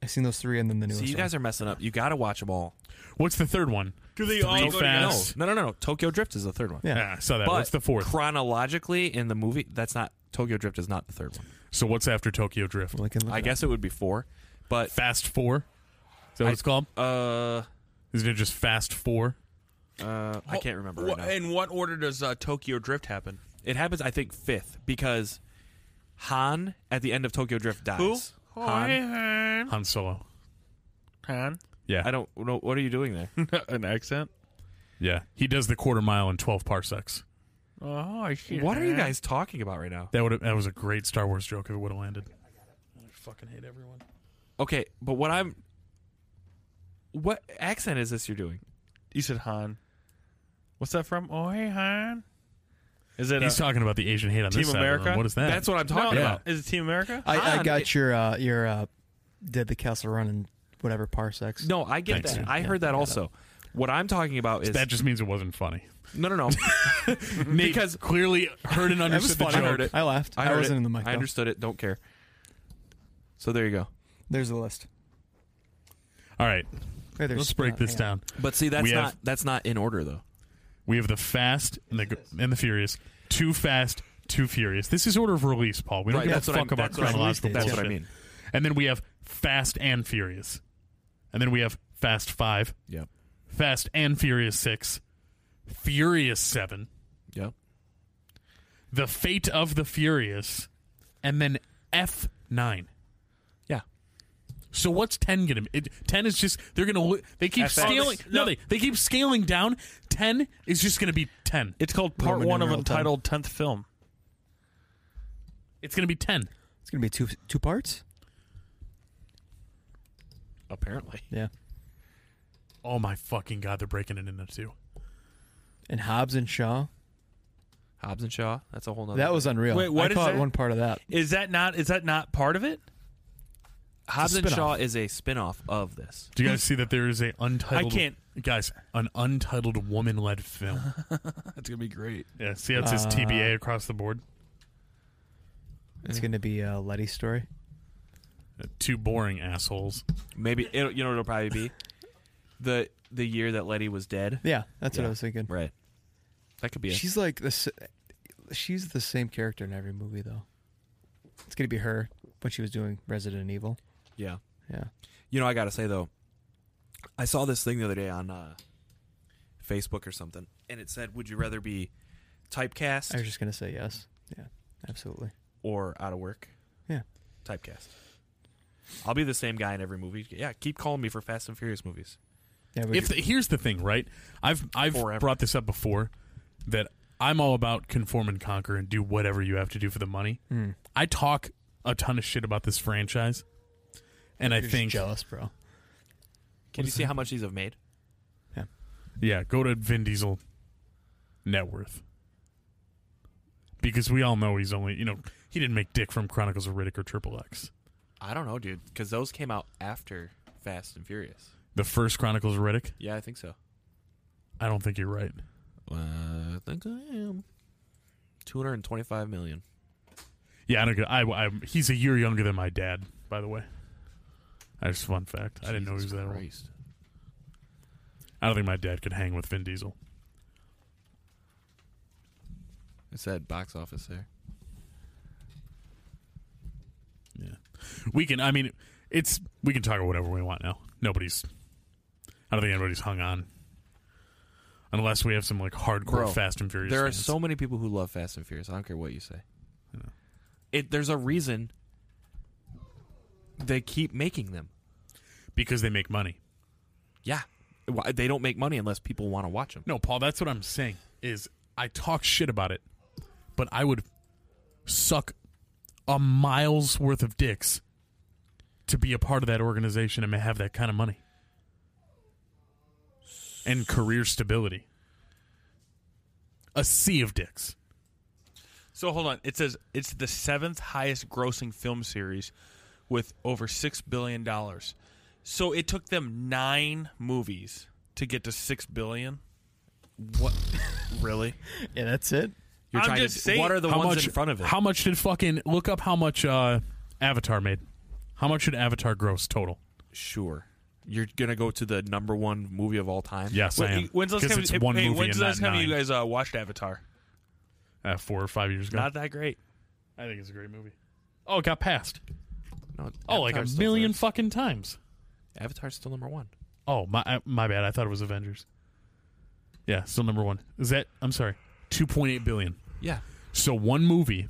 I've seen those three and then the newest.
See, you guys are messing up. You got to watch them all.
What's the third one?
Do they
Three
all go together?
No,
Fast?
no, no, no, no. Tokyo Drift is the third one.
Yeah.
Yeah, I saw that.
But
what's the fourth?
Chronologically, in the movie, that's not Tokyo Drift is not the third one.
so what's after Tokyo Drift?
one. Lincoln,
I guess it would be four, but
Fast Four. Is that what
I-
it's called?
uh, uh,
Isn't it just Fast Four?
I can't remember. Right
What,
now.
In what order does uh, Tokyo Drift happen?
It happens, I think, fifth because Han at the end of Tokyo Drift dies.
Oh,
Han.
Han.
Han Solo.
Han.
Yeah,
I don't know. What are you doing there?
An accent.
yeah. He does the quarter mile in twelve parsecs.
Oh, I see.
what are you guys talking about right now?
That would that was a great Star Wars joke if it would have landed.
Okay, but what I'm. What accent is this you're doing?
You said Han. What's that from? Oh, hey, Han. Is it
He's
uh,
talking about the Asian hate on
Team
this side of the
America?
room. What is that?
That's what I'm
no,
talking
no.
about.
Is it Team America?
I, I
Han,
got
it-
your uh, your uh, did the castle run in whatever parsecs.
No, I get
Thanks,
that.
dude.
I heard that also. What I'm talking about is
that just means it wasn't funny.
no, no, no.
Nate
because
clearly heard and
was
understood the
funny.
joke.
I heard it.
I laughed.
I, heard
wasn't
it.
in the mic.
I
though.
understood it. Don't care. So there you go.
There's the list.
All right,
Hey, there's-
let's break
uh,
this
hang on.
down.
But see, that's
We have-
not that's not in order though.
We have the Fast and the and the Furious. Too Fast, Too Furious. This is order of release, Paul. We don't
Right,
give a
that's what I'm-
fuck about
that's what I'm-
chronological
that's
That's
bullshit.
what I mean.
And then we have Fast and Furious. And then we have Fast 5,
Yep.
Fast and Furious 6, Furious 7,
Yep.
The Fate of the Furious, and then F9.
Yeah.
So what's 10 going to be? 10 is just they're going to li- they keep
FX.
scaling no,
No.
they, they keep scaling down. 10 is just going to be 10.
It's called Part
Roman
One of
numeral
Untitled Tenth Film.
It's going to be 10.
It's gonna be two two parts.
Apparently.
Yeah.
Oh my fucking god, they're breaking it into two.
And Hobbs and Shaw.
Hobbs and Shaw. That's a whole nother.
That was unreal.
Wait, what
I
is
caught
that?
one part of that.
Is that not? Is that not part of it?
Hobbs and
spin-off.
Shaw is a spin-off of this.
Do you guys see that there is a untitled?
I can't-
guys. An untitled woman-led film.
That's gonna be great.
Yeah, see, that's
Uh,
his TBA across the board.
It's gonna be a Letty story.
Uh, Two boring assholes.
Maybe it, you know what it'll probably be. the the year that Letty was dead.
Yeah, that's what I was thinking.
Right. That could be it.
She's like the. s- She's the same character in every movie, though. It's gonna be her when she was doing Resident Evil.
Yeah.
Yeah.
You know, I gotta say though, I saw this thing the other day on uh, Facebook or something, and it said, "Would you rather be typecast
I was just gonna say yes. Yeah, absolutely.
or out of work?"
Yeah.
Typecast. I'll be the same guy in every movie. Yeah, keep calling me for Fast and Furious movies.
if the, here's the thing, right? I've I've brought this up before that I'm all about conform and conquer and do whatever you have to do for the money.
Mm.
I talk a ton of shit about this franchise, and I
You're just
think
jealous, bro.
Can
What
you
is
see
that?
how much these have made?
Yeah, go to Vin Diesel net worth because we all know he's only you know he didn't make dick from Chronicles of Riddick or Triple X.
I don't know, dude, because those came out after Fast and Furious.
The first Chronicles of Riddick,
Yeah, I think so.
I don't think you're right.
Uh, I think I am. Two hundred and twenty-five million.
Yeah, I don't. get- I, I he's a year younger than my dad, by the way. That's a fun fact. I didn't know he was
Jesus
that old.
Christ.
I don't think my dad could hang with Vin Diesel.
It said box office there.
Yeah, we can. I mean, it's we can talk about whatever we want now. Nobody's. I don't think anybody's hung on, unless we have some like hardcore
Bro,
Fast and Furious.
There
fans.
are so many people who love Fast and Furious. I don't care what you say. It there's a reason they keep making them.
because they make money.
Yeah, Why- they don't make money unless people want to watch them.
No, Paul, that's what I'm saying. Is I talk shit about it, but I would suck a mile's worth of dicks to be a part of that organization and have that kind of money and career stability. A sea of dicks.
So hold on. It says it's the seventh highest grossing film series with over six billion dollars. So it took them nine movies to get to six billion.
What really?
Yeah, that's it.
You're
I'm
trying
just
to,
saying-
What are the
How
ones
much-
in front of it?
How much did fucking look up? How much uh, Avatar made? How much did Avatar gross total?
sure, you're gonna go to the number one movie of all time.
Yes, I am.
When's the last
'Cause
time?
it's
hey,
one
hey,
movie
when's
and
the last
not
time you
nine.
guys uh, watched Avatar?
Uh, four or five years ago.
Not that great.
I think it's a great movie. Oh, it got passed.
No,
Oh, like a
Avatar's still
million
first.
fucking times.
Avatar's still number one.
Oh my, I- my bad. I thought it was Avengers. Yeah, still number one. Is that? I'm sorry, two point eight billion.
Yeah,
So one movie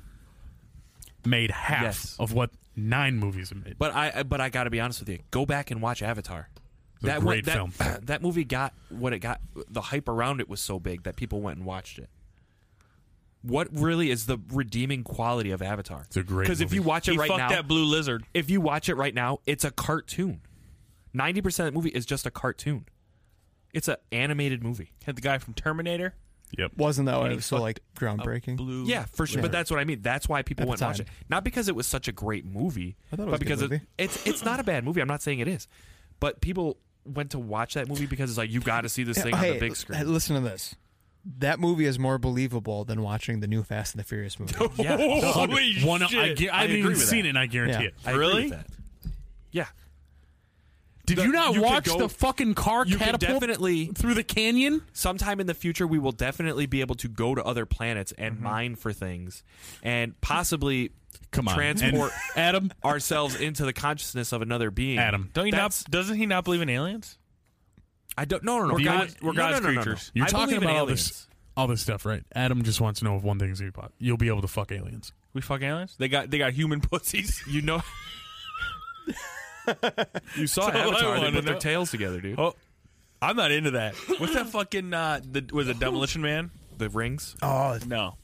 made half
Yes.
of what nine movies have made.
but I I- but I got to be honest with you. Go back and watch Avatar.
It's a
went-
great
that,
film.
that movie got what it got. The hype around it was so big that people went and watched it. What really is the redeeming quality of Avatar?
It's a great
because if
movie.
you watch it
He
right
fucked
now,
that blue lizard.
if you watch it right now, it's a cartoon. Ninety percent of the movie is just a cartoon. It's an animated movie.
Had the guy from Terminator.
Yep.
Wasn't that why it
he
was so
fucked
like
a
groundbreaking?
Blue.
Yeah, for sure. But
Right.
that's what I mean. That's why people
At the
went and watched it.
time.
Not because it was such a great movie,
I thought it was a
but
good
because
movie.
It, it's it's not a bad movie. I'm not saying it is, but people went to watch that movie because it's like you got to see this
Yeah,
thing on
hey,
the big
l-
screen.
hey, listen to this. That movie is more believable than watching the new Fast and the Furious movie.
yeah,
Holy
One,
shit!
I, gu- I haven't
agree
even
with
seen
that.
it, and I guarantee
Yeah.
it.
I agree with
Really?
that. Yeah,
Did
The-
you not
you could
watch
go-
the fucking car
you can
catapult
definitely.
through the canyon?
Sometime in the future, we will definitely be able to go to other planets and mine for things, and possibly
Come on, and-
transport
Adam.
ourselves into the consciousness of another being.
Adam,
Don't you
That's-
not? Doesn't he not believe in aliens?
I don't. No, no, no.
We're
God-
God's-
no,
we're
no,
God's
no, no, no.
creatures.
You're
I
talking
believe in
about all
aliens.
this, all this stuff, right? Adam just wants to know if one thing's you pop, you'll be able to fuck aliens.
We fuck aliens. They got they got human pussies.
You know. you saw
That's all I
Avatar. They
wanna
put their
know.
tails together, dude.
Oh, I'm not into that. What's that fucking? Uh, the, was it Demolition Man?
The rings.
Oh,
No.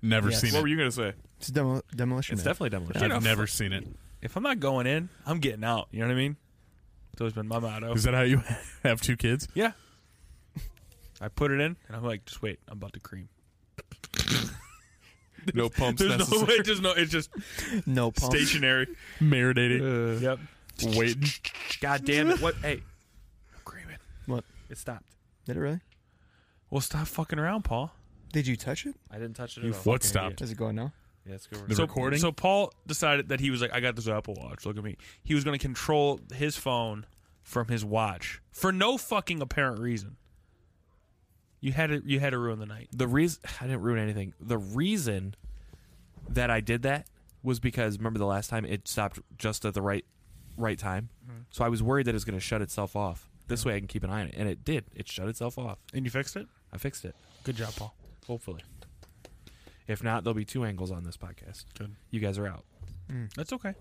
Never
Yes.
seen
What
it.
were you gonna say?
it's Demo- Demolition.
It's
Man.
definitely demolition.
I've
off.
never seen it.
If I'm not going in, I'm getting out. You know what I mean? It's always been my motto.
Is that how you have two kids?
Yeah. I put it in, and I'm like, just wait, I'm about to cream.
No pumps
There's no way. There's no. It's just
no pump.
stationary.
Marinated.
yep.
Wait.
God damn it! What? Hey,
Creaming.
What?
it stopped.
Did it really?
Well, stop fucking around, Paul.
Did you touch it?
I didn't touch it.
You
at all.
what stopped?
Is it going now?
Yeah, it's
The
so,
recording?
So Paul decided that he was like, I got this Apple Watch. Look at me. He was going to control his phone from his watch for no fucking apparent reason. You had to, you had to ruin the night.
The reason I didn't ruin anything. The reason that I did that was because remember the last time it stopped just at the right right time.
Mhm.
So I was worried that it was going to shut itself off. This way I can keep an eye on it, and it did. It shut itself off.
And you fixed it.
I fixed it.
Good job, Paul.
Hopefully. If not, there'll be two angles on this podcast.
Good.
You guys are out.
That's okay.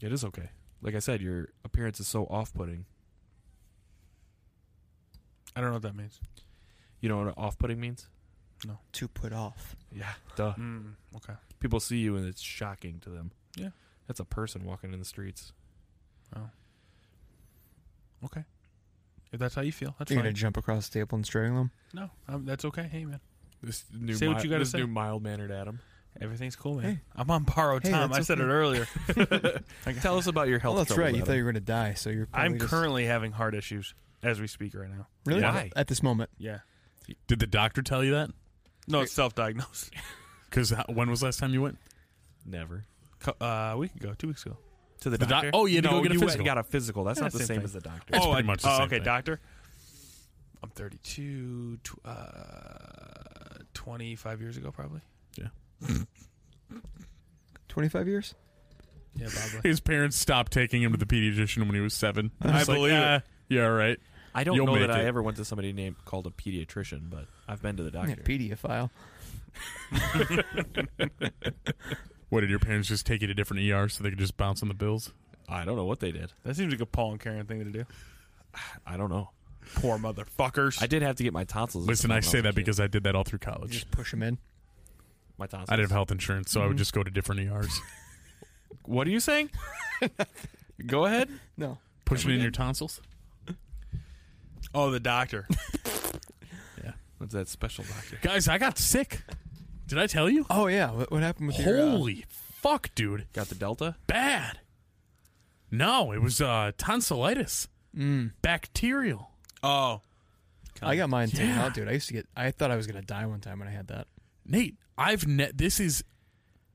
It is okay. Like I said, your appearance is so off-putting.
I don't know what that means.
You know what off-putting means?
No.
To put off.
Yeah. Duh.
Mm, okay.
People see you and it's shocking to them.
Yeah.
That's a person walking in the streets.
Okay. If that's how you feel, that's
You're
fine.
gonna jump across the table and strangle him.
no, um, that's okay. Hey, man.
This new
Say what
mi-
you gotta
this
say.
new mild-mannered Adam.
Everything's cool, man.
Hey.
I'm on borrowed
Hey,
time. I
that's
said it
okay.
earlier.
Tell us about your
Oh,
health.
that's
trouble,
right. You
Adam.
thought you were gonna die, so you're. Probably
I'm
just-
currently having heart issues as we speak right now.
really
Why?
at this moment.
Yeah.
Did the doctor tell you that?
No, it's self-diagnosed.
Because when was last time you went?
never
Co- Uh, a week ago, two weeks ago.
to the,
The doc-
doctor.
oh, you had to
no,
go get a
you went
physical.
and got a physical. That's
Yeah,
not the
same
same,
thing.
as the doctor.
It's
oh,
pretty
I-
much the
oh,
same
okay,
thing.
doctor. I'm 32, tw- uh, 25 years ago, probably.
Twenty-five years.
Yeah, probably.
His parents stopped taking him to the pediatrician when he was seven.
I believe it.
Yeah, all right.
I don't
You'll
know that
make
I
it.
ever went to somebody named called a pediatrician, but I've been to the
Yeah,
doctor.
pedophile.
What did your parents just take you to different ERs so they could just bounce on the bills?
I don't know what they did.
that seems like a Paul and Karen thing to do.
I don't know.
Poor motherfuckers.
I did have to get my tonsils.
Listen, I
when was
say
a
that
kid.
because I did that all through
You
college.
just push him in.
my tonsils.
I didn't have health insurance, so I would just go to different E ERs.
What are you saying? Go ahead.
No.
Pushing in your tonsils?
oh, the doctor.
What's that special doctor?
Guys, I got sick. Did I tell you?
Oh yeah. What, what happened with your? uh,
Holy fuck, dude.
Got the Delta.
Bad. No, it was uh, tonsillitis.
Mm.
Bacterial.
oh,
I got mine taken
Yeah.
out, dude. I used to get. I thought I was gonna die one time when I had that.
Nate, I've ne- this is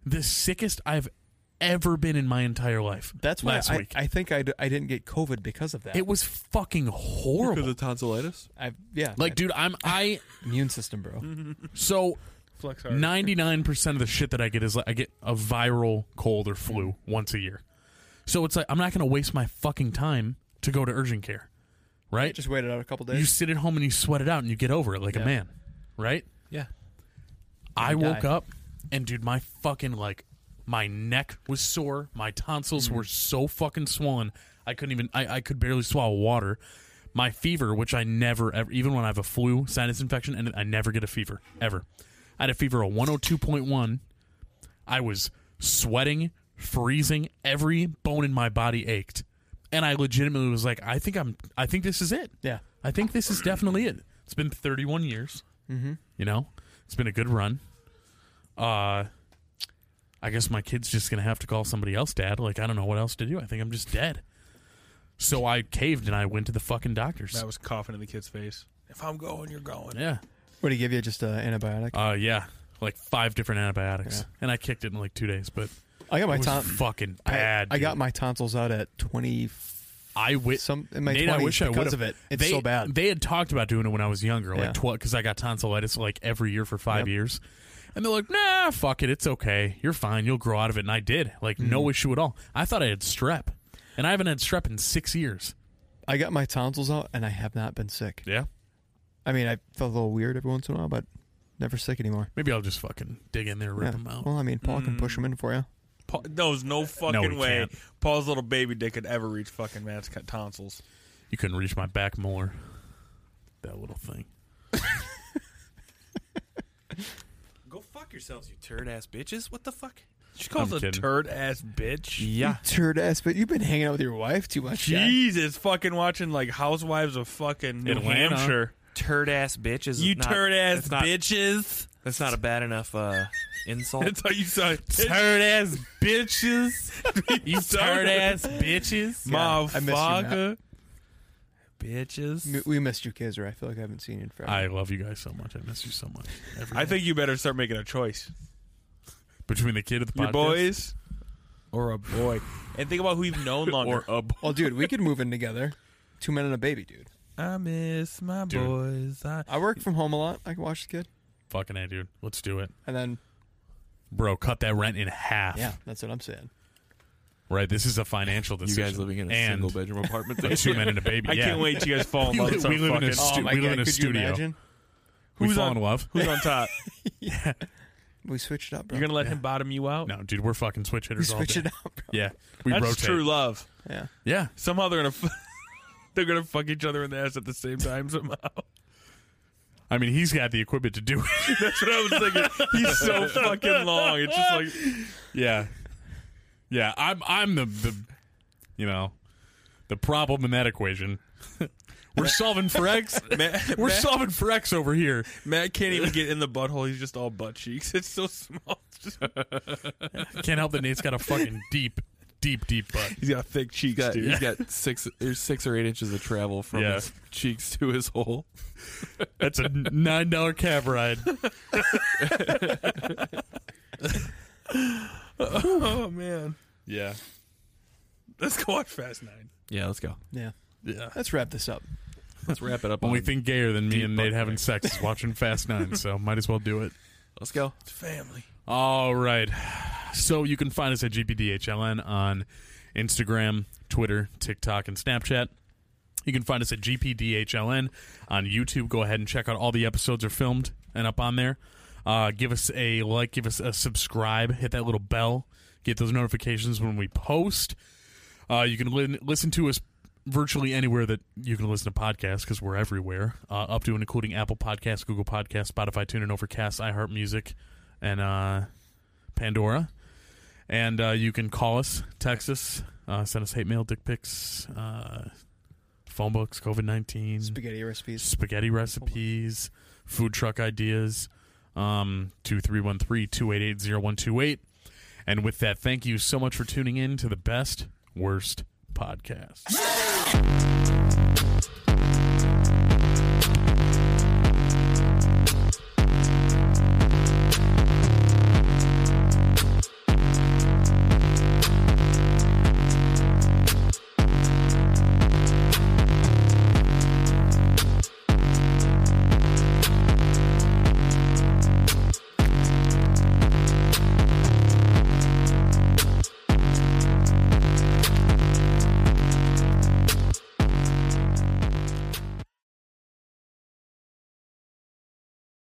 the sickest I've ever been in my entire life.
That's why
last
I,
week.
I think I, d- I didn't get COVID because of that.
it was fucking horrible.
tonsillitis.
I yeah.
like,
my
dude, I'm I
immune system, bro.
so
flex hard.
ninety nine percent of the shit that I get is like I get a viral cold or flu
Mm-hmm.
once a year. So it's like I'm not gonna waste my fucking time to go to urgent care. Right?
Just waited out a couple days.
you sit at home and you sweat it out and you get over it like a
Yeah.
man. Right?
Yeah.
I
You
woke
die.
up and dude, my fucking like my neck was sore. My tonsils
Mm-hmm.
were so fucking swollen. I couldn't even I, I could barely swallow water. My fever, which I never ever even when I have a flu sinus infection and I never get a fever ever. I had a fever of 102.1. I was sweating, freezing, every bone in my body ached. And I legitimately was like, I think I'm I think this is it.
Yeah.
I think this is definitely it. It's been 31 years. Mm-hmm. You know, it's been a good run. Uh, I guess my kid's just gonna have to call somebody else dad. Like I don't know what else to do. I think I'm just dead. So I caved and I went to the fucking doctors.
That was coughing in the kid's face. If I'm going, you're going.
yeah.
What do you give you? Just an antibiotic.
Uh, yeah. Like five different antibiotics, and I kicked it in like two days. But
I got my
it was
ton-
fucking
I-
bad.
I, got
dude.
my tonsils out at twenty.
I wit
Some in my
Nate, I
20s
wish I
because
would've-
of it. It's
they,
so bad.
They had talked about doing it when I was younger,
Yeah.
like twelve, because I got tonsillitis like every year for five
Yep.
years, and they're like, "Nah, fuck it, it's okay, you're fine, you'll grow out of it." And I did, like,
Mm.
no issue at all. I thought I had strep, and I haven't had strep in six years.
I got my tonsils out, and I have not been sick.
Yeah,
I mean, I felt a little weird every once in a while, but never sick anymore.
maybe I'll just fucking dig in there, rip
Yeah.
them out. Mm.
Well, I mean, Paul can push them in for you.
Paul, there's no
No,
fucking
he
way
can't.
Paul's little baby dick could ever reach fucking Matt's co- tonsils.
you couldn't reach my back more. That little thing.
Go fuck yourselves, you turd ass bitches. What the fuck?
She calls
I'm
a
kidding.
turd ass bitch.
Yeah.
Turd ass, but you've been hanging out with your wife too much. Jack.
Jesus, fucking watching like Housewives of fucking New
Atlanta.
Hampshire.
Turd ass bitch is
You
not-
turd ass
that's not-
bitches.
Oh.
That's not a bad enough uh, insult.
That's how you sound.
Turd ass bitches, you turd ass bitches.
I miss you, Matt.
Motherfucker. Bitches.
M- We missed you, Kizer. I feel like I haven't seen you in forever.
I love you guys so much. I miss you so much. Every
I
day.
think you better start making a choice.
between the kid at the
Your
podcast,
boys or a boy. and think about who you've known longer. or a boy.
Well, dude, we could move in together. Two men and a baby, dude.
I miss my
Dude.
boys. I,
I work from home a lot. I can watch the kid.
Fucking A, dude. Let's do it.
And then,
Bro, cut that rent in half.
yeah, that's what I'm saying.
Right, this is a financial
You
guys
decision.
living in a
and
single-bedroom apartment
with two men and a baby.
I can't
yeah.
wait till you guys fall in
We
love
li-
and start
We live in a stu-
fucking. Oh my
we live
God,
in a
could you
studio.
imagine?
We
Who's
fall
on-
in love.
who's on top?
yeah.
We switched up, bro.
You're gonna let him bottom you out?
No, dude, we're fucking switch hitters
We
all
switch
day.
it up, bro.
Yeah, we
That's
rotate.
true love.
Yeah.
Yeah.
Somehow they're gonna f- they're gonna fuck each other in the ass at the same time somehow.
I mean, he's got the equipment to do it.
That's what I was thinking. He's so fucking long. It's just like
yeah, yeah. I'm I'm the the you know the problem in that equation. we're solving for x.
Matt-
we're
Matt-
solving for x over here.
Matt can't even get in the butthole. He's just all butt cheeks. It's so small. It's just-
Can't help that Nate's got a fucking deep, deep, deep butt.
he's got thick cheeks,
He's got,
dude.
he's got six, there's six or eight inches of travel from
Yeah.
his cheeks to his hole.
That's a nine dollar cab ride.
oh man,
Yeah.
let's go watch Fast Nine.
Yeah, let's go.
Yeah.
Yeah.
Let's wrap this up.
Let's wrap it up.
Only
on-
thing gayer than me
Deep
and Nate having sex is watching Fast Nine, so might as well do it.
Let's go.
It's family.
All right. So you can find us at GPDHLN on Instagram, Twitter, TikTok, and Snapchat. You can find us at GPDHLN on YouTube. Go ahead and check out all the episodes are filmed and up on there. Uh, give us a like, give us a subscribe, hit that little bell, get those notifications when we post. Uh, you can li- listen to us virtually anywhere that you can listen to podcasts because we're everywhere, uh, up to and including Apple Podcasts, Google Podcasts, Spotify, TuneIn, Overcast, iHeartMusic, and uh, Pandora. And uh, you can call us, text us, uh, send us hate mail, dick pics, uh, phone books, COVID 19,
Spaghetti recipes.
spaghetti recipes, food truck ideas, um, 2313-288-0128. And with that, thank you so much for tuning in to the best, worst podcast.